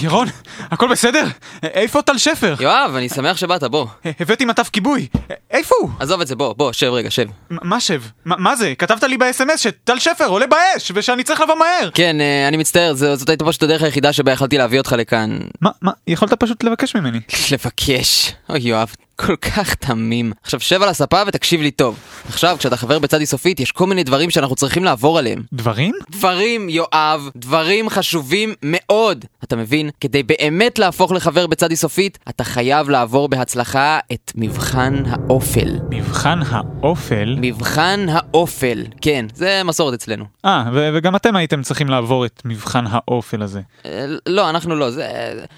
ירון, הכל בסדר? איפה טל שפר? יואב, אני שמח שבאת, בוא. הבאתי מטף כיבוי. איפה הוא? עזוב את זה, בוא, בוא, שב רגע, שב. מ- מה שב? מ- מה זה? כתבת לי באס.אם.אס שטל שפר עולה באש ושאני צריך לבוא מהר. כן, אה, אני מצטער, זו- זאת הייתה פשוט הדרך היחידה שבה יכלתי להביא אותך לכאן. מה, מה, יכולת פשוט לבקש ממני. לבקש. אוי, יואב, כל כך תמים. עכשיו, שב על הספה ותקשיב לי טוב. עכשיו, כשאתה חבר בצד איסופית, יש כל מיני דברים שאנחנו צריכים לעבור עליהם. דברים? דברים, יואב, דברים חשובים מאוד. אתה מבין? כדי באמת להפוך לחבר בצד איסופית, אתה חייב לעבור בהצלחה את מבחן האופל. מבחן האופל. מבחן האופל. כן, זה מסורת אצלנו. אה, ו- וגם אתם הייתם צריכים לעבור את מבחן האופל הזה. אה, לא, אנחנו לא, זה,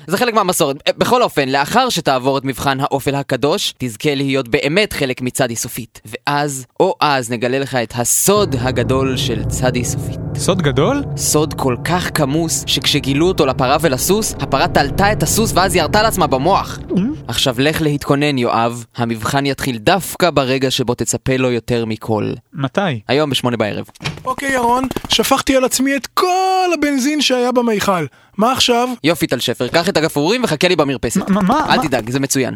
זה חלק מהמסורת. אה, בכל אופן, לאחר שתעבור את מבחן האופל הקדוש, תזכה להיות באמת חלק מצד איסופית. ואז, או אז, נגלה לך את הסוד הגדול של צד איסופית. סוד גדול? סוד כל כך כמוס, שכשגילו אותו לפרה ולסוס, הפרה תלתה את הסוס ואז היא ירתה לעצמה במוח. עכשיו לך להתכונן, יואב. המבחן יתחיל דווקא ברגע שבו תצפה לו יותר מכל. מתי? היום בשמונה בערב. אוקיי, ירון, שפכתי על עצמי את כל הבנזין שהיה במיכל. מה עכשיו? יופי, טל שפר, קח את הגפרורים וחכה לי במרפסת. מה- מה- אל מה- תדאג, זה מצוין.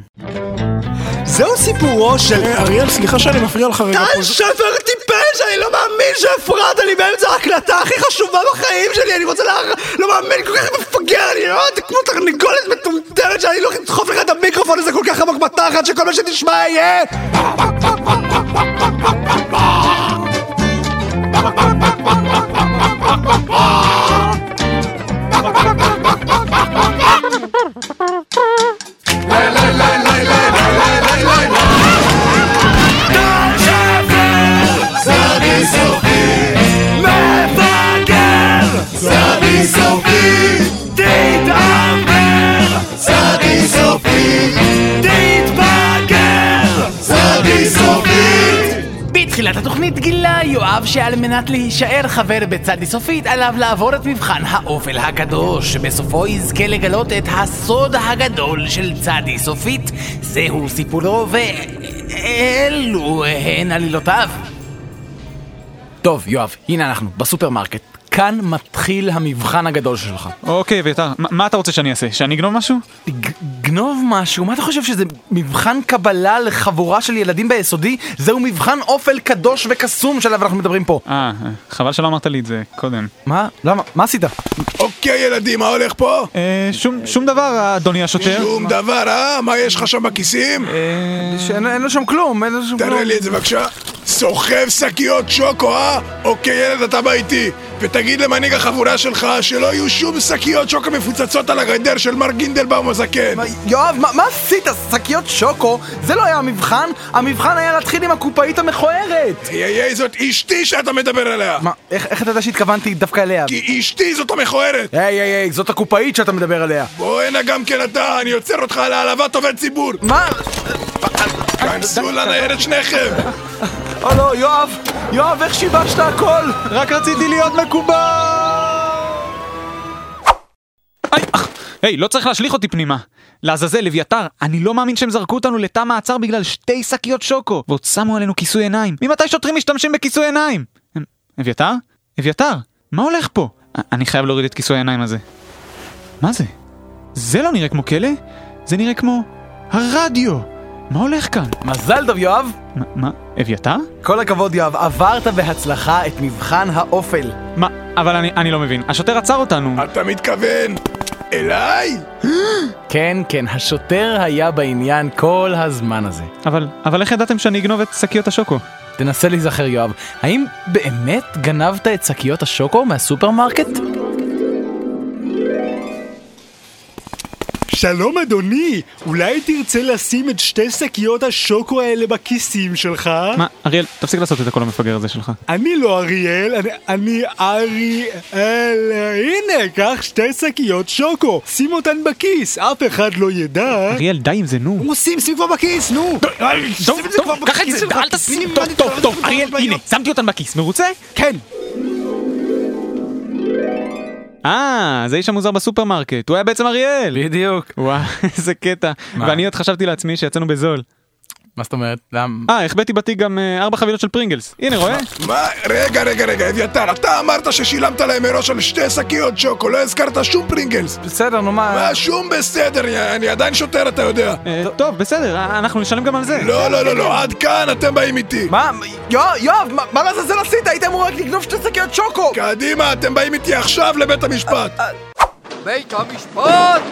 זהו סיפורו של... אה, אריאל, סליחה שאני מפריע לך רגע פה. טל זה- שפר טיפש, אני לא מאמין שהפרעת לי באמצע ההקלטה הכי חשובה בחיים שלי, אני רוצה לה... לא מאמין, כל כך מפגר, אני לא... אתה כמו תרנגולת מטומטמת שאני לא אדחוף לך את המיקרופון הזה כל כך עמוק בתחת, שכל מה שתשמע יהיה... בתחילת התוכנית גילה יואב שעל מנת להישאר חבר בצד איסופית עליו לעבור את מבחן האופל הקדוש שבסופו יזכה לגלות את הסוד הגדול של צד איסופית זהו סיפורו ואלו הן עלילותיו טוב יואב, הנה אנחנו, בסופרמרקט כאן מתחיל המבחן הגדול שלך אוקיי, אביתר, מה- מה אתה רוצה שאני אעשה? שאני אגנוב משהו? ג- גנוב משהו? מה אתה חושב שזה מבחן קבלה לחבורה של ילדים ביסודי? זהו מבחן אופל קדוש וקסום שעליו אנחנו מדברים פה. אה, חבל שלא אמרת לי את זה קודם. מה? למה? מה עשית? אוקיי, ילדים, מה הולך פה? אה, שום- שום דבר, אדוני השוטר. שום דבר, אה? מה יש לך שם בכיסים? אה, שאין אין לו שם כלום, אין לו שם כלום. תראה לי את זה בבקשה. סוחב שקיות שוקו, אה? אוקיי, ילד, אתה בא איתי. ותגיד למנהיג החבורה שלך שלא יהיו שום שקיות שוקו מפוצצות על הגדר של מר גינדלבאום הזקן. יואב, מה, מה עשית? שקיות שוקו? זה לא היה המבחן? המבחן היה להתחיל עם הקופאית המכוערת! היי היי, זאת אשתי שאתה מדבר עליה. מה, איך, איך אתה יודע שהתכוונתי דווקא אליה? כי אשתי זאת המכוערת. היי היי היי, זאת הקופאית שאתה מדבר עליה. בוא הנה גם כן אתה, אני עוצר אותך על העלבת עובד ציבור. מה? כנסו לניירת שניכם. או לא, יואב! יואב, איך שיבשת הכל? רק רציתי להיות מקובל! היי, אך, היי, לא צריך להשליך אותי פנימה. לעזאזל, אביתר, אני לא מאמין שהם זרקו אותנו לתא מעצר בגלל שתי שקיות שוקו, ועוד שמו עלינו כיסוי עיניים. ממתי שוטרים משתמשים בכיסוי עיניים? אמ, אביתר? אביתר, מה הולך פה? א- אני חייב להוריד את כיסוי העיניים הזה. מה זה? זה לא נראה כמו כלא, זה נראה כמו הרדיו. מה הולך כאן? מזל טוב, יואב! מה, מה, אביתר? כל הכבוד, יואב, עברת בהצלחה את מבחן האופל. מה, אבל אני, אני לא מבין. השוטר עצר אותנו. אה. אתה מתכוון אליי? כן, כן, השוטר היה בעניין כל הזמן הזה. אבל, אבל איך ידעתם שאני אגנוב את שקיות השוקו? תנסה להיזכר, יואב, האם באמת גנבת את שקיות השוקו מהסופרמרקט? שלום אדוני, אולי תרצה לשים את שתי שקיות השוקו האלה בכיסים שלך? מה, אריאל, תפסיק לעשות את הקול המפגר הזה שלך. אני לא אריאל, אני, אני אריאל. הנה, קח שתי שקיות שוקו, שים אותן בכיס, אף אחד לא ידע. אריאל, די עם זה, נו. שים, שים כבר בכיס, נו! טוב, טוב, קח את זה, אל תשים. טוב, טוב, טוב, אריאל, הנה, שמתי אותן בכיס. מרוצה? כן. אה, זה האיש המוזר בסופרמרקט. הוא היה בעצם אריאל. בדיוק. וואו, איזה קטע. ואני עוד חשבתי לעצמי שיצאנו בזול. מה זאת אומרת? למה? אה, החבאתי בתיק גם אה, ארבע חבילות של פרינגלס. הנה, רואה? מה? רגע, רגע, רגע, אביתר, אתה אמרת ששילמת להם מראש על שתי שקיות שוקו, לא הזכרת שום פרינגלס. בסדר, נו מה? מה, שום בסדר, אני- אני עדיין שוטר, אתה יודע. אה, טוב, בסדר, אה, אנחנו נשלם גם על זה. לא, לא, לא, לא, עד כאן אתם באים איתי. מה? יואב, יואב, מה- מה לעזאזל עשית? היית אמור רק לגנוב שתי שקיות שוקו! קדימה, אתם באים איתי עכשיו לבית המשפט. בית המשפט!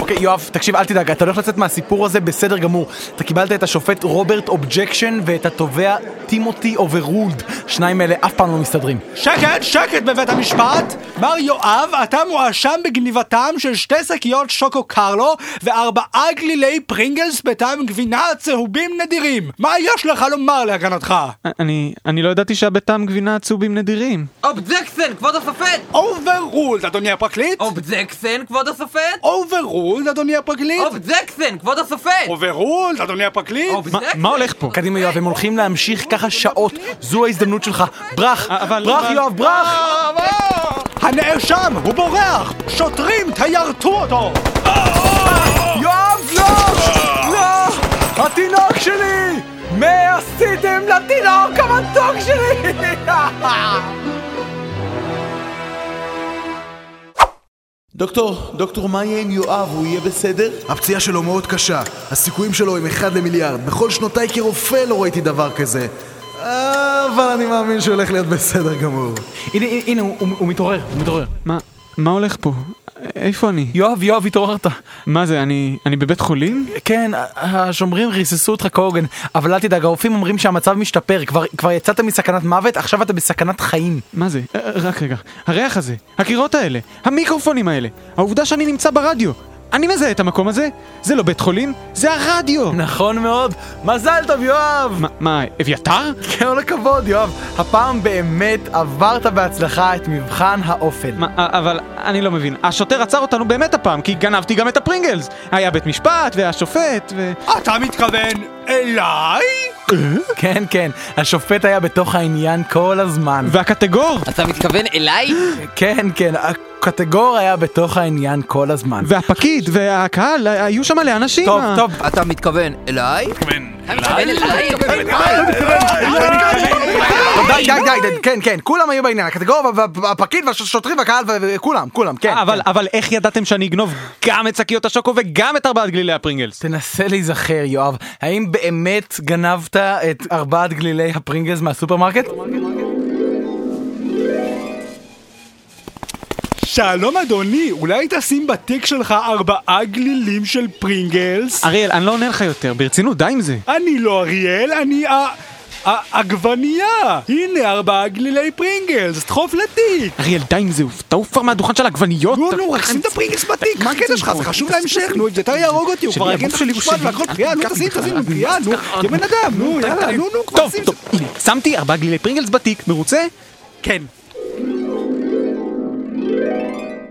אוקיי, יואב, תקשיב, אל תדאג, אתה הולך לצאת מהסיפור הזה בסדר גמור. אתה קיבלת את השופט רוברט אובג'קשן ואת התובע טימותי אוברולד. שניים אלה אף פעם לא מסתדרים. שקט, שקט בבית המשפט! מר יואב, אתה מואשם בגניבתם של שתי שקיות שוקו קרלו וארבעה גלילי פרינגלס בטעם גבינה צהובים נדירים. מה יש לך לומר להגנתך? אני, אני לא ידעתי שהבית טעם גבינה צהובים נדירים. אובג'קסן, כבוד השופט! אוברולד, אדוני הפרקליט? אובג'קסן, כבוד השופט! Oh, אוברולד, אדוני הפרקליט? אובג'קסון, כבוד השופט! אוברולד, אדוני הפרקליט? מה, אובג'קסון! מה הולך פה? קדימה, יואב, הם הולכים להמשיך ככה שעות. זו ההזדמנות שלך. ברח! אה, אבל- ברח, אבל- יואב, ברח! הנאשם, הוא בורח! שוטרים, תיירטו אותו! יואב, לא! לא! התינוק שלי! מה עשיתם לתינוק המתוק שלי? דוקטור, דוקטור, מה יהיה עם יואב? הוא יהיה בסדר? הפציעה שלו מאוד קשה, הסיכויים שלו הם אחד למיליארד. בכל שנותיי כרופא לא ראיתי דבר כזה. אבל אני מאמין שהוא הולך להיות בסדר גמור. הנה, הנה, הנה, הוא- הוא מתעורר, הוא מתעורר. מה, מה הולך פה? איפה אני? יואב, יואב, התעוררת. מה זה, אני, אני בבית חולים? כן, השומרים ריססו אותך כהוגן, אבל אל תדאג, הרופאים אומרים שהמצב משתפר, כבר, כבר יצאת מסכנת מוות, עכשיו אתה בסכנת חיים. מה זה? אה, רק רגע. הריח הזה, הקירות האלה, המיקרופונים האלה, העובדה שאני נמצא ברדיו. אני מזהה את המקום הזה? זה לא בית חולים, זה הרדיו! נכון מאוד, מזל טוב יואב! מה, מה, אביתר? כן, כל הכבוד יואב, הפעם באמת עברת בהצלחה את מבחן האופן. מה, א- אבל אני לא מבין. השוטר עצר אותנו באמת הפעם, כי גנבתי גם את הפרינגלס. היה בית משפט, והשופט, ו... אתה מתכוון אליי? כן, כן, השופט היה בתוך העניין כל הזמן. והקטגור! אתה מתכוון אליי? כן, כן, הקטגור היה בתוך העניין כל הזמן. והפקיד, והקהל, אה, היו שם מלא אנשים. טוב, אה. טוב, אתה מתכוון אליי? אתה מתכוון אליי? די, די, די, די, כן, כן, כולם היו בעניין, הקטגור, וה- וה- והפקיד, והשוטרים, והקהל, וכולם, כולם, כן. אבל, אבל איך ידעתם שאני אגנוב גם את שקיות השוקו וגם את ארבעת גלילי הפרינגלס? תנסה להיזכר, יואב, האם באמת גנבת את ארבעת גלילי הפרינגלס מהסופרמרקט? שלום אדוני, אולי תשים בתיק שלך ארבעה גלילים של פרינגלס? אריאל, אני לא עונה לך יותר, ברצינות, די עם זה. אני לא אריאל, אני ה... ה- עגבנייה! הנה ארבעה גלילי פרינגלס, דחוף לתיק! אריאל, די עם זה, הוא- תעוף כבר מהדוכן של העגבניות. נו, נו, רק שים את הפרינגלס בתיק, אה, מה הקטע שלך? זה נכון? חשוב להמשך, נו, אם זה יותר יהרוג אותי, הוא כבר יגיד לך משפט והכל פגיעה, נו, תשים, תשים, פגיעה, נו, תהיה בן אדם, נו, יאללה, נו, נו, כבר טוב, שים. טוב, הנה, שמתי ארבעה גלילי פרינגלס בתיק, מרוצה? כן.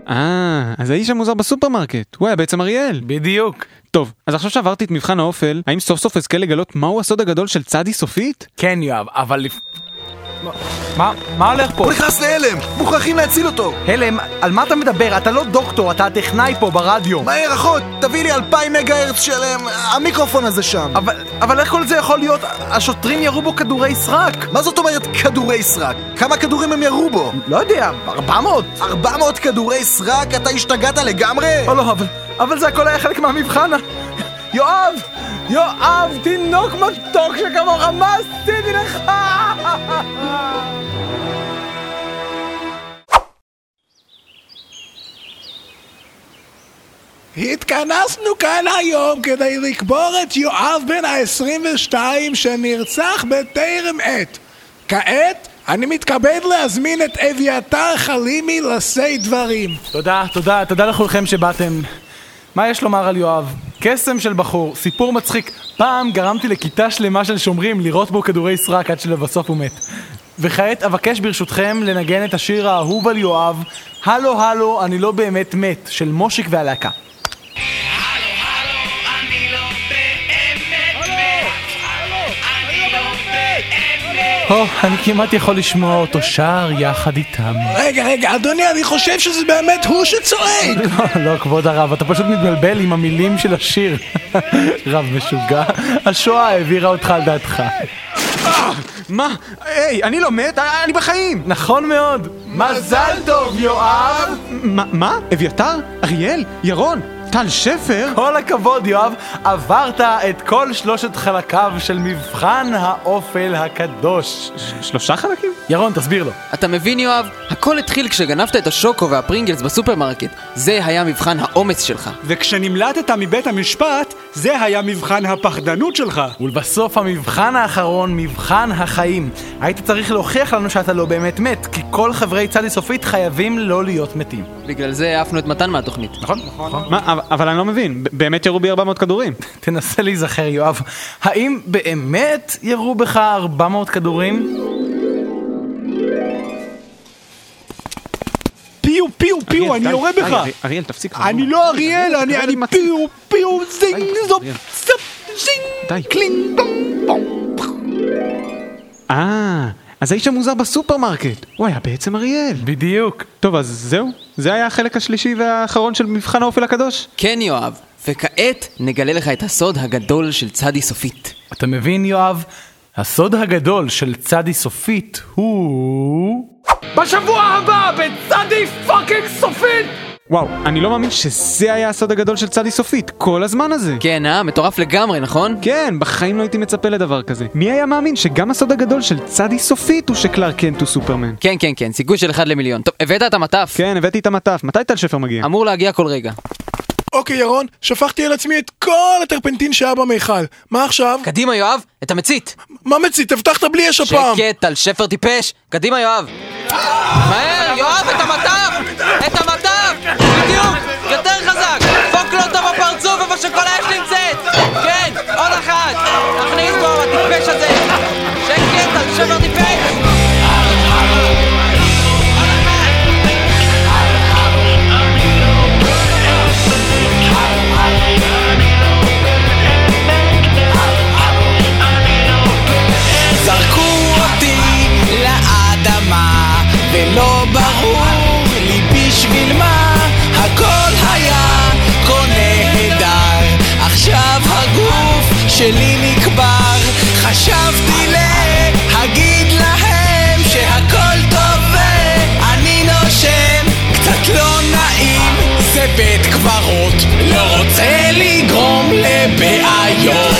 אה, אז האיש המוזר בסופרמרקט, הוא היה בעצם אריאל. בדיוק. טוב, אז עכשיו שעברתי את מבחן האופל, האם סוף סוף אזכה לגלות מהו הסוד הגדול של צדי סופית? כן, יואב, אבל... לפ- מה, מה הולך פה? הוא נכנס להלם! מוכרחים להציל אותו! הלם, על מה אתה מדבר? אתה לא דוקטור, אתה הטכנאי פה ברדיו. מהר אחות, תביא לי אלפיים מגה הרץ של אמ, המיקרופון הזה שם! אבל, אבל איך כל זה יכול להיות? השוטרים ירו בו כדורי סרק. מה זאת אומרת כדורי סרק? כמה כדורים הם ירו בו? לא יודע, 400. 400 כדורי סרק? אתה השתגעת לגמרי? לא, לא, אבל, אבל זה הכל היה חלק מהמבחן. יואב! יואב, תינוק מתוק שכמוך, מה עשיתי לך? התכנסנו כאן היום כדי לקבור את יואב בן ה-22 שנרצח בטרם עת. כעת אני מתכבד להזמין את אביתר חלימי לשאת דברים. תודה, תודה, תודה לכולכם שבאתם. מה יש לומר על יואב? קסם של בחור, סיפור מצחיק. פעם גרמתי לכיתה שלמה של שומרים לירות בו כדורי סרק עד שלבסוף הוא מת. וכעת אבקש ברשותכם לנגן את השיר האהוב על יואב, הלו הלו, אני לא באמת מת, של מושיק והלהקה. אני לא באמת מת. אני לא באמת מת. או, אני כמעט יכול לשמוע אותו שר יחד איתם. רגע, רגע, אדוני, אני חושב שזה באמת הוא שצועק! לא, לא, כבוד הרב, אתה פשוט מתבלבל עם המילים של השיר. רב משוגע, השואה העבירה אותך על דעתך. מה? היי, אני לא מת, אני בחיים! נכון מאוד. מזל טוב, יואב! מה? מה? אביתר? אריאל? ירון? טל שפר? כל הכבוד, יואב, עברת את כל שלושת חלקיו של מבחן האופל הקדוש. שלושה חלקים? ירון, תסביר לו. אתה מבין, יואב? הכל התחיל כשגנבת את השוקו והפרינגלס בסופרמרקט. זה היה מבחן האומץ שלך. וכשנמלטת מבית המשפט, זה היה מבחן הפחדנות שלך. ולבסוף המבחן האחרון, מבחן החיים. היית צריך להוכיח לנו שאתה לא באמת מת, כי כל חברי צדי סופית חייבים לא להיות מתים. בגלל זה העפנו את מתן מהתוכנית. נכון? נכון. מה? אבל- אבל אני לא מבין, ב- באמת ירו בי 400 כדורים. תנסה להיזכר, יואב. האם באמת ירו בך 400 כדורים? פיו, פיו, פיו, אריאל, לא, אני די, יורה די, בך! ארי- אריאל, תפסיק. כבר, אני נו. לא אריאל, אני אני מצ- פיו, פיו, זינג, זופ, אריאל. זופ, זינג, די. קלינג, בום, בום. אה, אז האיש המוזר בסופרמרקט. הוא היה בעצם אריאל. בדיוק. טוב, אז זהו? זה היה החלק השלישי והאחרון של מבחן האופל הקדוש? כן, יואב. וכעת נגלה לך את הסוד הגדול של צדי סופית. אתה מבין, יואב? הסוד הגדול של צדי סופית הוא... בשבוע הבא בצדי פאקינג סופית! וואו, אני לא מאמין שזה היה הסוד הגדול של צדי סופית, כל הזמן הזה. כן, אה? מטורף לגמרי, נכון? כן, בחיים לא הייתי מצפה לדבר כזה. מי היה מאמין שגם הסוד הגדול של צדי סופית הוא שקלארק קנט הוא סופרמן? כן, כן, כן, סיכוי של אחד למיליון. טוב, הבאת את המטף? כן, הבאתי את המטף, מתי טל שפר מגיע? אמור להגיע כל רגע. אוקיי, ירון, שפכתי על עצמי את כל הטרפנטין שהיה במיכל. מה עכשיו? קדימה, יואב, את המצית. מה מצית? הבטחת בלי אש הפעם! שקט, על שפר טיפש. קדימה, יואב. מהר, יואב, את המטף! את המטף! בדיוק! יותר חזק! פוק לו אותו בפרצוף איפה שכל האש נמצאת! כן, עוד אחת! תכניס בו, הטיפש הזה! שקט, על שפר טיפש! זרקו אותי לאדמה, ולא ברור לי בשביל מה. הכל היה כה נהדר, עכשיו הגוף שלי נקבר. חשבתי להגיד להם שהכל טוב ואני נושם. קצת לא נעים, זה בית קברות, לא רוצה לגרום לבעיות.